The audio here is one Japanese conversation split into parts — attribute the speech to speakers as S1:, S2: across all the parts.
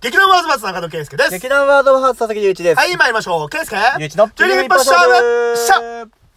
S1: 劇団ワーズマツ中野圭介です。
S2: 劇団ワードハーツ佐々木隆一です。
S1: はい、参りましょう。圭介
S2: 隆一の
S1: 12分一発勝負しゃ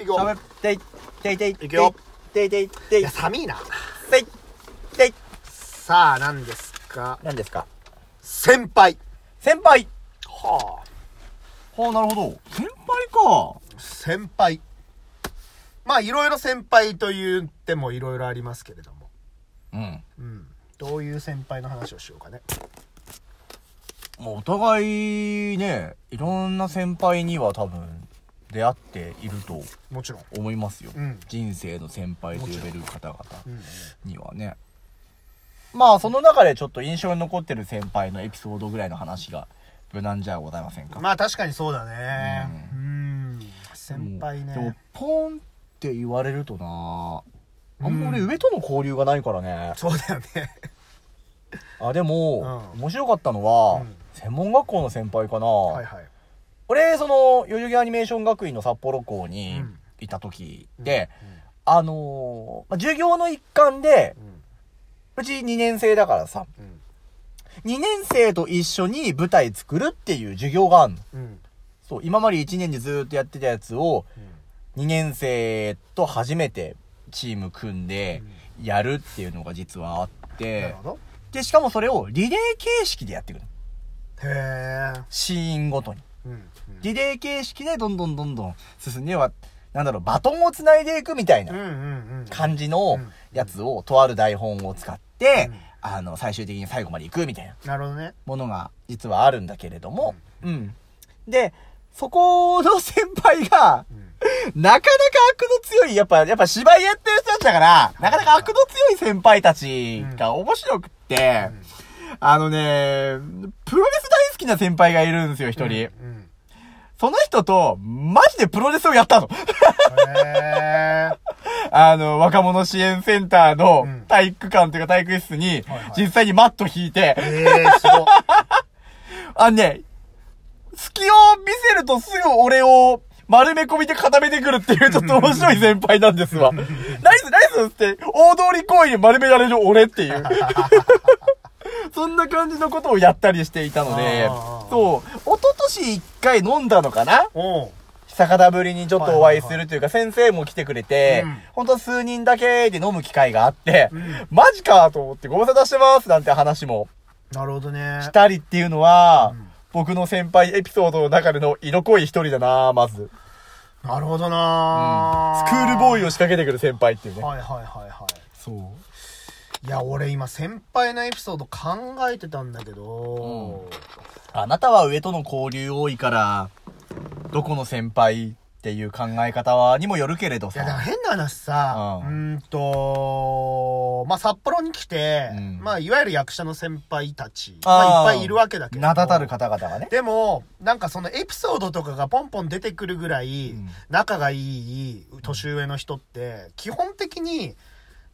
S1: いくよ
S2: しゃぶていていていて
S1: いくよ
S2: ていていて
S1: い
S2: い
S1: や、寒いな。
S2: ていてい
S1: さあ、何ですか
S2: 何ですか
S1: 先輩。
S2: 先輩
S1: は
S2: はあ、なるほど。先輩か。
S1: あ、先輩。まあ、いろいろ先輩と言ってもいろいろありますけれども。
S2: うん。
S1: うん。どういう先輩の話をしようかね。
S2: もうお互いね、いろんな先輩には多分出会っていると
S1: もちろん。
S2: 思いますよ。
S1: うん
S2: 人生の先輩と呼べる方々
S1: うん。
S2: にはね。まあ、その中でちょっと印象に残ってる先輩のエピソードぐらいの話が無難じゃございませんか。
S1: まあ、確かにそうだね。うん。先輩
S2: でも
S1: ね。
S2: ポンって言われるとなあんま俺
S1: うん
S2: 上との交流がないからね、
S1: そうだよね。
S2: あでも、
S1: うん
S2: 面白かったのは、
S1: うん
S2: 専門学校の先輩かな、
S1: はいはい。
S2: 俺その代々木アニメーション学院の札幌校に
S1: うん
S2: いた時で、
S1: うん、
S2: あのーまあ授業の一環で
S1: うん。
S2: うち2年生だからさ
S1: うん。
S2: 2年生と一緒に舞台作るっていう授業があるの
S1: うん。
S2: そう今まで1年でずーっとやってたやつを2年生と初めてチーム組んでやるっていうのが実はあっ
S1: なる
S2: て
S1: ほ、ど。
S2: で、しかもそれをリレー形式でやっていくの。
S1: へえ。
S2: シーンごとに。
S1: うん。うん
S2: リレー形式でどんどんどんどん進んでは、なんだろう、バトンを繋いでいくみたい
S1: うん
S2: な
S1: うんうん。
S2: 感じ
S1: う
S2: の
S1: ん
S2: やつを、とある台本を使って
S1: うん、
S2: あの、最終的に最後まで行くみたいな
S1: なるほどね。
S2: ものが実はあるんだけれども、うん。で、そこの先輩が、なかなか悪の強い、やっぱ、やっぱ芝居やってる人たちだから、なかなか悪の強い先輩たちが面白くって、あのね、プロレス大好きな先輩がいるんですよ、一人。
S1: うん。
S2: その人と、マジでプロレスをやったの。
S1: へー
S2: あの、若者支援センターの
S1: うん
S2: 体育館というか体育室に
S1: はいはい、
S2: 実際にマット引いて、
S1: ええすごい。
S2: あのね、隙を見せるとすぐ俺を丸め込みで固めてくるっていうちょっと面白い先輩なんです わ。ナイスナイスって、大通り行為に丸められる俺っていう。 そんな感じのことをやったりしていたので
S1: あー、
S2: そう、一昨年一回飲んだのかな
S1: おう
S2: 久方ぶりにちょっとお会いするというか、先生も来てくれて
S1: うん、
S2: ほんと数人だけで飲む機会があって
S1: ん、
S2: マジかと思ってご無沙汰してますなんて話も
S1: なるほどね。
S2: したりっていうのは、
S1: うん
S2: 僕の先輩エピソードの中での色濃い一人だなまず。
S1: なるほどな
S2: スクールボーイ
S1: を。
S2: を仕掛けてくる先輩っていうね。
S1: はいはいはいは
S2: そ
S1: い。いや、俺今先輩のエピソード考えてたんだけど、
S2: う。あなたは上との交流多いから、どこの先輩っていう考え方はにもよるけれど
S1: いや、だから
S2: さ。
S1: 変な話さ、うー
S2: うん
S1: んと、まあ、札幌に来て、
S2: うん
S1: まあ、いわゆる役者の先輩たち、
S2: あー
S1: まあ、いっぱいいるわけだけど。
S2: 名だたる方々がね。
S1: でも、なんかそのエピソードとかがポンポン出てくるぐらい
S2: うん、
S1: 仲がいい年上の人って、基本的に、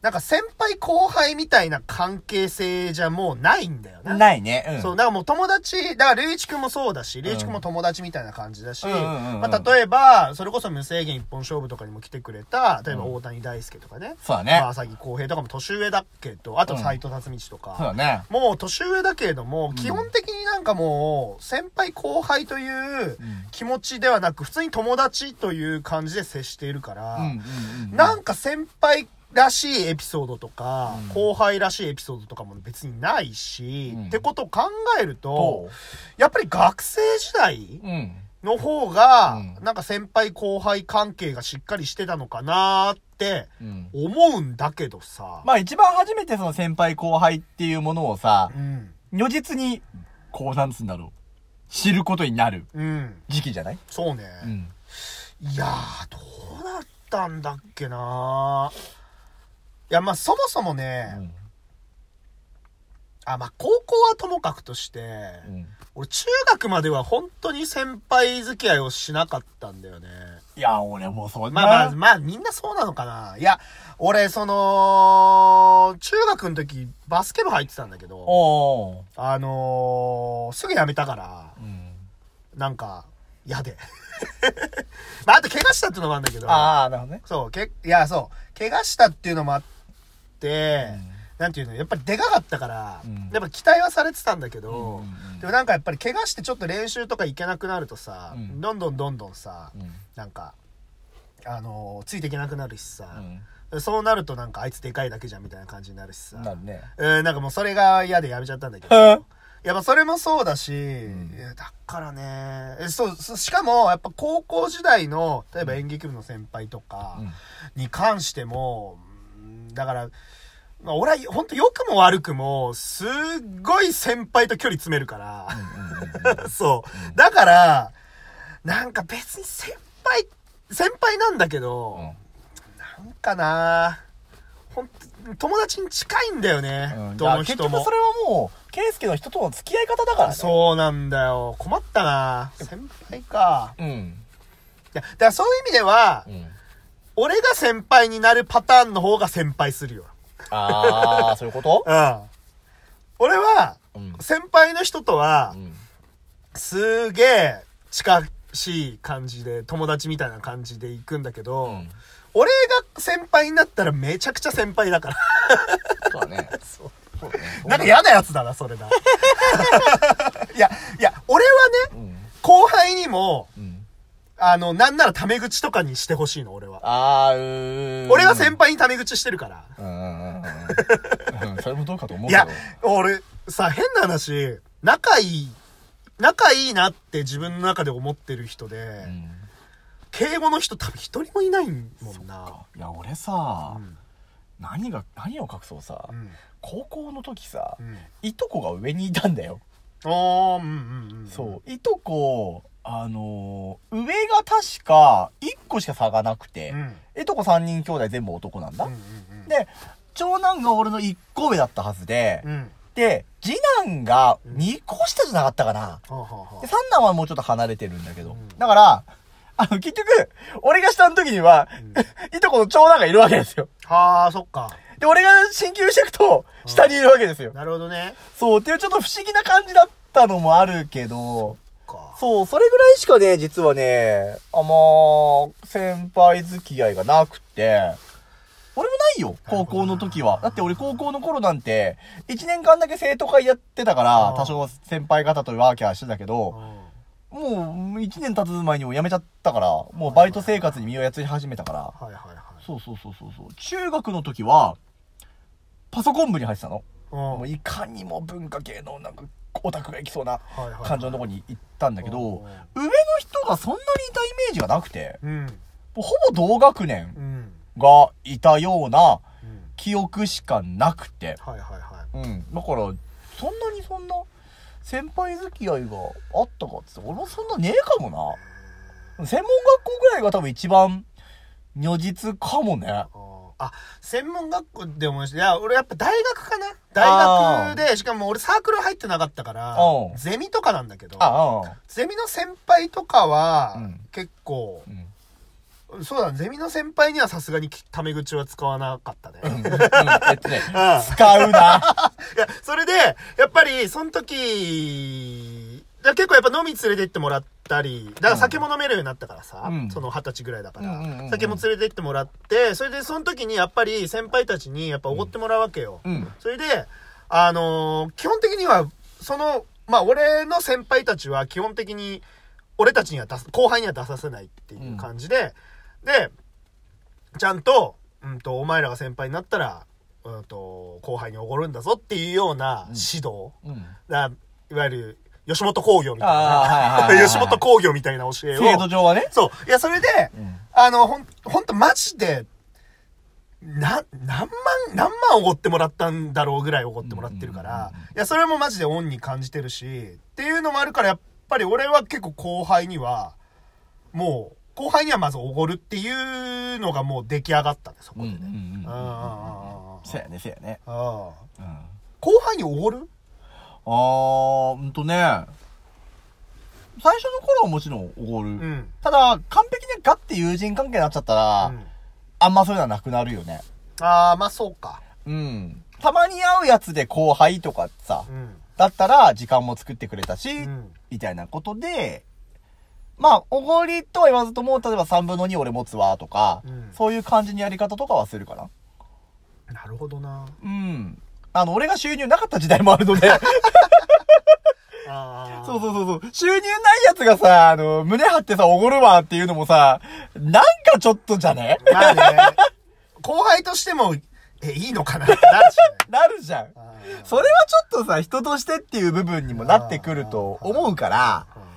S1: なんか先輩後輩みたいな関係性じゃもうないんだよね。
S2: ないね。うん。
S1: そう、だからもう友達、だから、龍一くんもそうだし、龍一くんも友達みたいな感じだし、
S2: うんうんうんうん
S1: まあ、例えば、それこそ無制限一本勝負とかにも来てくれた、例えば
S2: うん
S1: 大谷大輔とかね、
S2: そうだね
S1: まあ、。浅木浩平とかも年上だけど、あと
S2: うん
S1: 斎藤辰巳とか、
S2: そうだね。
S1: もう年上だけれども、
S2: ん
S1: 基本的になんかもう、先輩後輩という
S2: うん
S1: 気持ちではなく、普通に友達という感じで接しているから、
S2: うんうんうん。
S1: なんか先輩らしいエピソードとか、
S2: うん
S1: 後輩らしいエピソードとかも別にないし、
S2: うん
S1: ってことを考えると、
S2: と、
S1: やっぱり学生時代
S2: うん。
S1: の方が、
S2: うん
S1: なんか先輩後輩関係がしっかりしてたのかなーって
S2: うん。
S1: 思うんだけどさ。
S2: まあ一番初めてその先輩後輩っていうものをさ、
S1: うん。
S2: 如実に、こうなんつうんだろう。知ることになる
S1: うん。
S2: 時期じゃない
S1: そうね。
S2: うん。
S1: いやー、どうだったんだっけなー。いや、まあそもそもね、あ、まあ高校はともかくとして、
S2: うん
S1: 俺中学までは本当に先輩付き合いをしなかったんだよね。
S2: いや、俺もうそんな。
S1: まあまあ、まあみんなそうなのかな。いや、俺その、中学の時バスケ部入ってたんだけど、
S2: おお。
S1: あのー、すぐ辞めたから、なんか、嫌で。 まああと怪我したっていうのもあるんだけど、
S2: ああ、なるほどね。
S1: そう、け、いやそう、怪我したっていうのもあって、なんていうの、やっぱりでかかったから、
S2: うん
S1: やっぱ期待はされてたんだけ
S2: うんうん
S1: ど、
S2: うん
S1: でもなんかやっぱり怪我してちょっと練習とか行けなくなるとさ、
S2: うん
S1: どんどんどんどんさ、
S2: うん
S1: なんか、あのーついていけなくなるし
S2: う
S1: さ、
S2: ん
S1: そうなるとなんかあいつでかいだけじゃんみたいな感じになるしさ、
S2: なるね。
S1: えーなんかもうそれが嫌でやめちゃったんだけど。
S2: うん
S1: やっぱそれもそうだし、
S2: ん
S1: いやだからね、えそう、そしかもやっぱ高校時代の、例えば演劇部の先輩とかに関しても、うんだから、まあ、俺は本当良くも悪くも、すっごい先輩と距離詰めるから、 そう。だから、なんか別に先輩、先輩なんだけど、なんかなほんと友達に近いんだよね、
S2: うん
S1: どの
S2: 結
S1: 人
S2: 局
S1: も
S2: そ。れはもう、ケイスケの人との付き合い方だからね。
S1: そうなんだよ。困ったな先輩か。
S2: う。うん。
S1: いや、だからそういう意味では、
S2: うん。
S1: 俺が先輩になるパターンの方が先輩するよ。
S2: あー、そういうこと
S1: うん。俺は、
S2: うん。
S1: 先輩の人とは
S2: う、ん
S1: すげえ近しい感じで、友達みたいな感じで行くんだけど、
S2: うん。
S1: 俺が先輩になったらめちゃくちゃ先輩だから。
S2: そうだね。
S1: そう
S2: そうだね。
S1: なんか嫌なやつだな、そ れな。いや、いや、俺は
S2: う
S1: ね、
S2: ん。
S1: 後輩にも、
S2: うん。
S1: あの、なんならタメ口とかにしてほしいの、俺は。
S2: あー、うー
S1: 俺は先輩にタメ口してるから。
S2: うんうんうんうん。それもどうかと思う
S1: い
S2: け
S1: や、
S2: ど。
S1: 俺、さ、変な話、仲いい、仲いいなって自分の中で思ってる人で、
S2: うん
S1: 敬語の人多分一人もいないもんな。
S2: いや、俺さ
S1: う、ん
S2: 何が、何を隠そうさ
S1: う、ん。
S2: 高校の時さ
S1: う、ん。
S2: いとこが上にいたんだよ。
S1: あー、うんうんうん。
S2: そう。いとこ、あのー上が確か、1個しか差がなくて
S1: うん。う、ん。
S2: いとこ3人兄弟全部男なんだ。
S1: うんうん
S2: で、長男が俺の1個上だったはずで、
S1: うん。うん。
S2: で、次男が2個下じゃなかったかな。
S1: はあはあは
S2: で、三男はもうちょっと離れてるんだけど。
S1: うん
S2: だから、あの、結局、俺が下の時には、いとこの長男がいるわけですよ。
S1: あ。はあ、そっか。
S2: で、俺が進級していくと、下にいるわけですよ。
S1: なるほどね。
S2: そう、っていうちょっと不思議な感じだったのもあるけど、
S1: か。
S2: そう、それぐらいしかね、実はね、あんま、先輩付き合いがなくて、俺もないよ、高校の時は。だって俺高校の頃なんて、1年間だけ生徒会やってたから
S1: あ、ー
S2: 多少先輩方とワーキャーしてたけど、
S1: うん
S2: もう、一年経つ前にもう辞めちゃったから、もうバイト生活に身をやつり始めたから。
S1: はいはいはい。
S2: そうそうそうそうそう。中学の時は、パソコン部に入ってたの。
S1: うん
S2: もういかにも文化系のなんか、オタクが行きそうな
S1: はいはい
S2: 感じのとこに行ったんだけど、
S1: はい
S2: 上の人がそんなにいたイメージがなくて、
S1: うん。
S2: もうほぼ同学年
S1: うん。
S2: がいたような
S1: うん。
S2: 記憶しかなくて。
S1: はいはいはい。
S2: うん。だから、そんなにそんな、先輩付き合いがあったかっつって、俺もそんなねえかもな。専門学校ぐらいが多分一番如実かもね。
S1: あ、専門学校でもいいしいや、俺やっぱ大学かな大学で、しかも俺サークル入ってなかったから
S2: うん、
S1: ゼミとかなんだけど、
S2: ああ。
S1: ゼミの先輩とかは
S2: うん、
S1: 結構
S2: う、ん。
S1: そうだね、ゼミの先輩にはさすがにタメ口は使わなかったね。
S2: うんえっとね、
S1: うん
S2: 使うな。
S1: いや、それで、やっぱり、その時、だ結構やっぱ飲み連れてってもらったり、だから酒も飲めるようになったからさ、
S2: うん
S1: その二十歳ぐらいだか
S2: うんうんうんう
S1: ら、
S2: ん
S1: 酒も連れてってもらって、それでその時にやっぱり先輩たちにやっぱおごってもらうわけよ。
S2: うん。
S1: それで、あのー基本的には、その、まあ俺の先輩たちは基本的に、俺たちには出す、後輩には出させないっていう感じで、で、ちゃんと、うんと、お前らが先輩になったら、うんと、後輩におごるんだぞっていうような指導。
S2: うん。
S1: だいわゆる、吉本興業みたい
S2: あーはいは
S1: な
S2: いはいは
S1: ね、
S2: い
S1: 吉本興業みたいな教えを。
S2: 制度上はね。
S1: そう。いや、それで、
S2: うん
S1: あの、ほん、ほんとマジで、な、何万、何万おごってもらったんだろうぐらいおごってもらってるから
S2: うんうん
S1: い
S2: うん、
S1: や、それもマジで恩に感じてるし、っていうのもあるから、やっぱり俺は結構後輩には、もう、後輩にはまずおごるっていうのがもう出来上がったね、そこ
S2: うん
S1: で
S2: うん
S1: ね。うん
S2: う
S1: う
S2: ん
S1: んうんうんうん
S2: せやね、せやね。
S1: 後
S2: うん。あ
S1: 輩におごる
S2: ー、うんとね、最初の頃はもちろんおごる。
S1: うん。
S2: ただ、完璧にガッて友人関係になっちゃったら、
S1: うん
S2: あんまそういうのはなくなるよね。
S1: ああ、まあそうか。
S2: うん。たまに会うやつで後輩とかさ、
S1: うん。
S2: だったら時間も作ってくれたし、
S1: うん。
S2: みたいなことで、まあ、おごりとは言わずとも、例えば3分の2俺持つわとか、
S1: うん
S2: そういう感じのやり方とかはするかな。
S1: なるほどな。
S2: うん。あの、俺が収入なかった時代もあるの で、
S1: あ
S2: そうそうそうそう。収入ないやつがさ、あの、胸張ってさ、おごるわっていうのもさ、なんかちょっとじゃね
S1: う。まあね、後輩としても、え、いいのかなってなるし
S2: なるじゃん。
S1: ね。
S2: それはちょっとさ、人としてっていう部分にもなってくると思うから、
S1: うんうん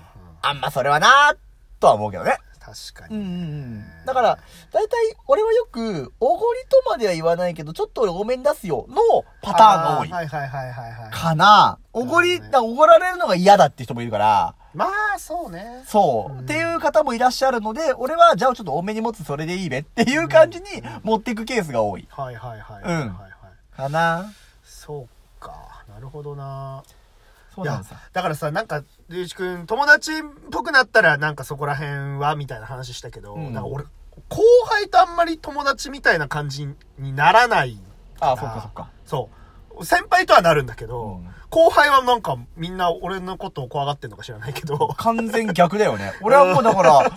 S2: あんまそれはなーとは思うけどね。
S1: 確か
S2: うんう
S1: に。
S2: んうん。だから、だいたい俺はよく、おごりとまでは言わないけど、ちょっと俺ごめん出すよのパターンが多い
S1: あ。はいはいはいはいはい。
S2: かなおごり、
S1: なるほどね
S2: だおごられるのが嫌だって人もいるから、
S1: まあ、そうね。
S2: そう、っていう方もいらっしゃるので、俺は、じゃあちょっと多めに持つそれでいいべっていう感じに持っていくケースが多い。
S1: はいはいはいはいはいはい。
S2: かな
S1: そうか。なるほどな。
S2: そうなんですよ
S1: いやだからさ、なんか、龍一くん、友達っぽくなったら、なんかそこら辺は、みたいな話したけど、
S2: うん
S1: なんか俺、後輩とあんまり友達みたいな感じにならない。
S2: ああ、そっかそっか。
S1: そう。先輩とはなるんだけど、
S2: うん
S1: 後輩はなんかみんな俺のことを怖がってんのか知らないけど、
S2: 完全逆だよね。俺はもうだ から、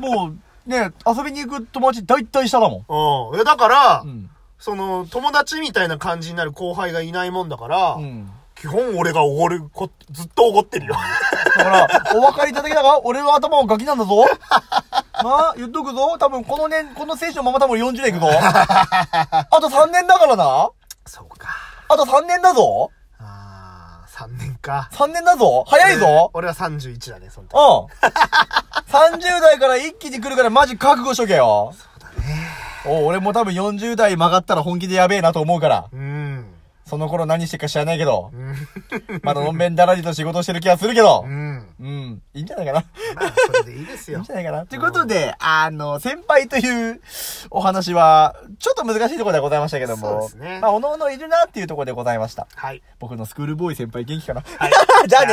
S2: もう、ね、遊びに行く友達大体下だもん。
S1: うんいや。だから、
S2: うん。
S1: その、友達みたいな感じになる後輩がいないもんだから、
S2: うん。
S1: 基本俺がおごるこ、ずっとおごってるよ。
S2: だから、お分かりいただけたか俺は頭をガキなんだぞ。なあ、言っとくぞ。多分この年、この選手のまま多分40年いくぞ。あと3年だからな。
S1: そうか。
S2: あと3年だぞ。
S1: ああ、3年か。
S2: 3年だぞ。早いぞ。
S1: 俺は31だね、その時。
S2: うん。30代から一気に来るからマジ覚悟しとけよ。そうだね。お俺も多分40代曲がったら本気でやべえなと思うから。
S1: うん。
S2: その頃何してるか知らないけど
S1: う。ん。
S2: まだのんべんだらりと仕事してる気がするけど
S1: う。ん。
S2: うん。いいんじゃないかな。
S1: まあ、それでいいです
S2: いいん
S1: よ
S2: じ。ゃないかな。ということで、あの、先輩というお話は、ちょっと難しいところではございましたけども。
S1: そうですね
S2: まあ、おのおのいるなっていうところでございました。
S1: はい。
S2: 僕のスクールボーイ先輩元気かな。
S1: はい
S2: じゃあね。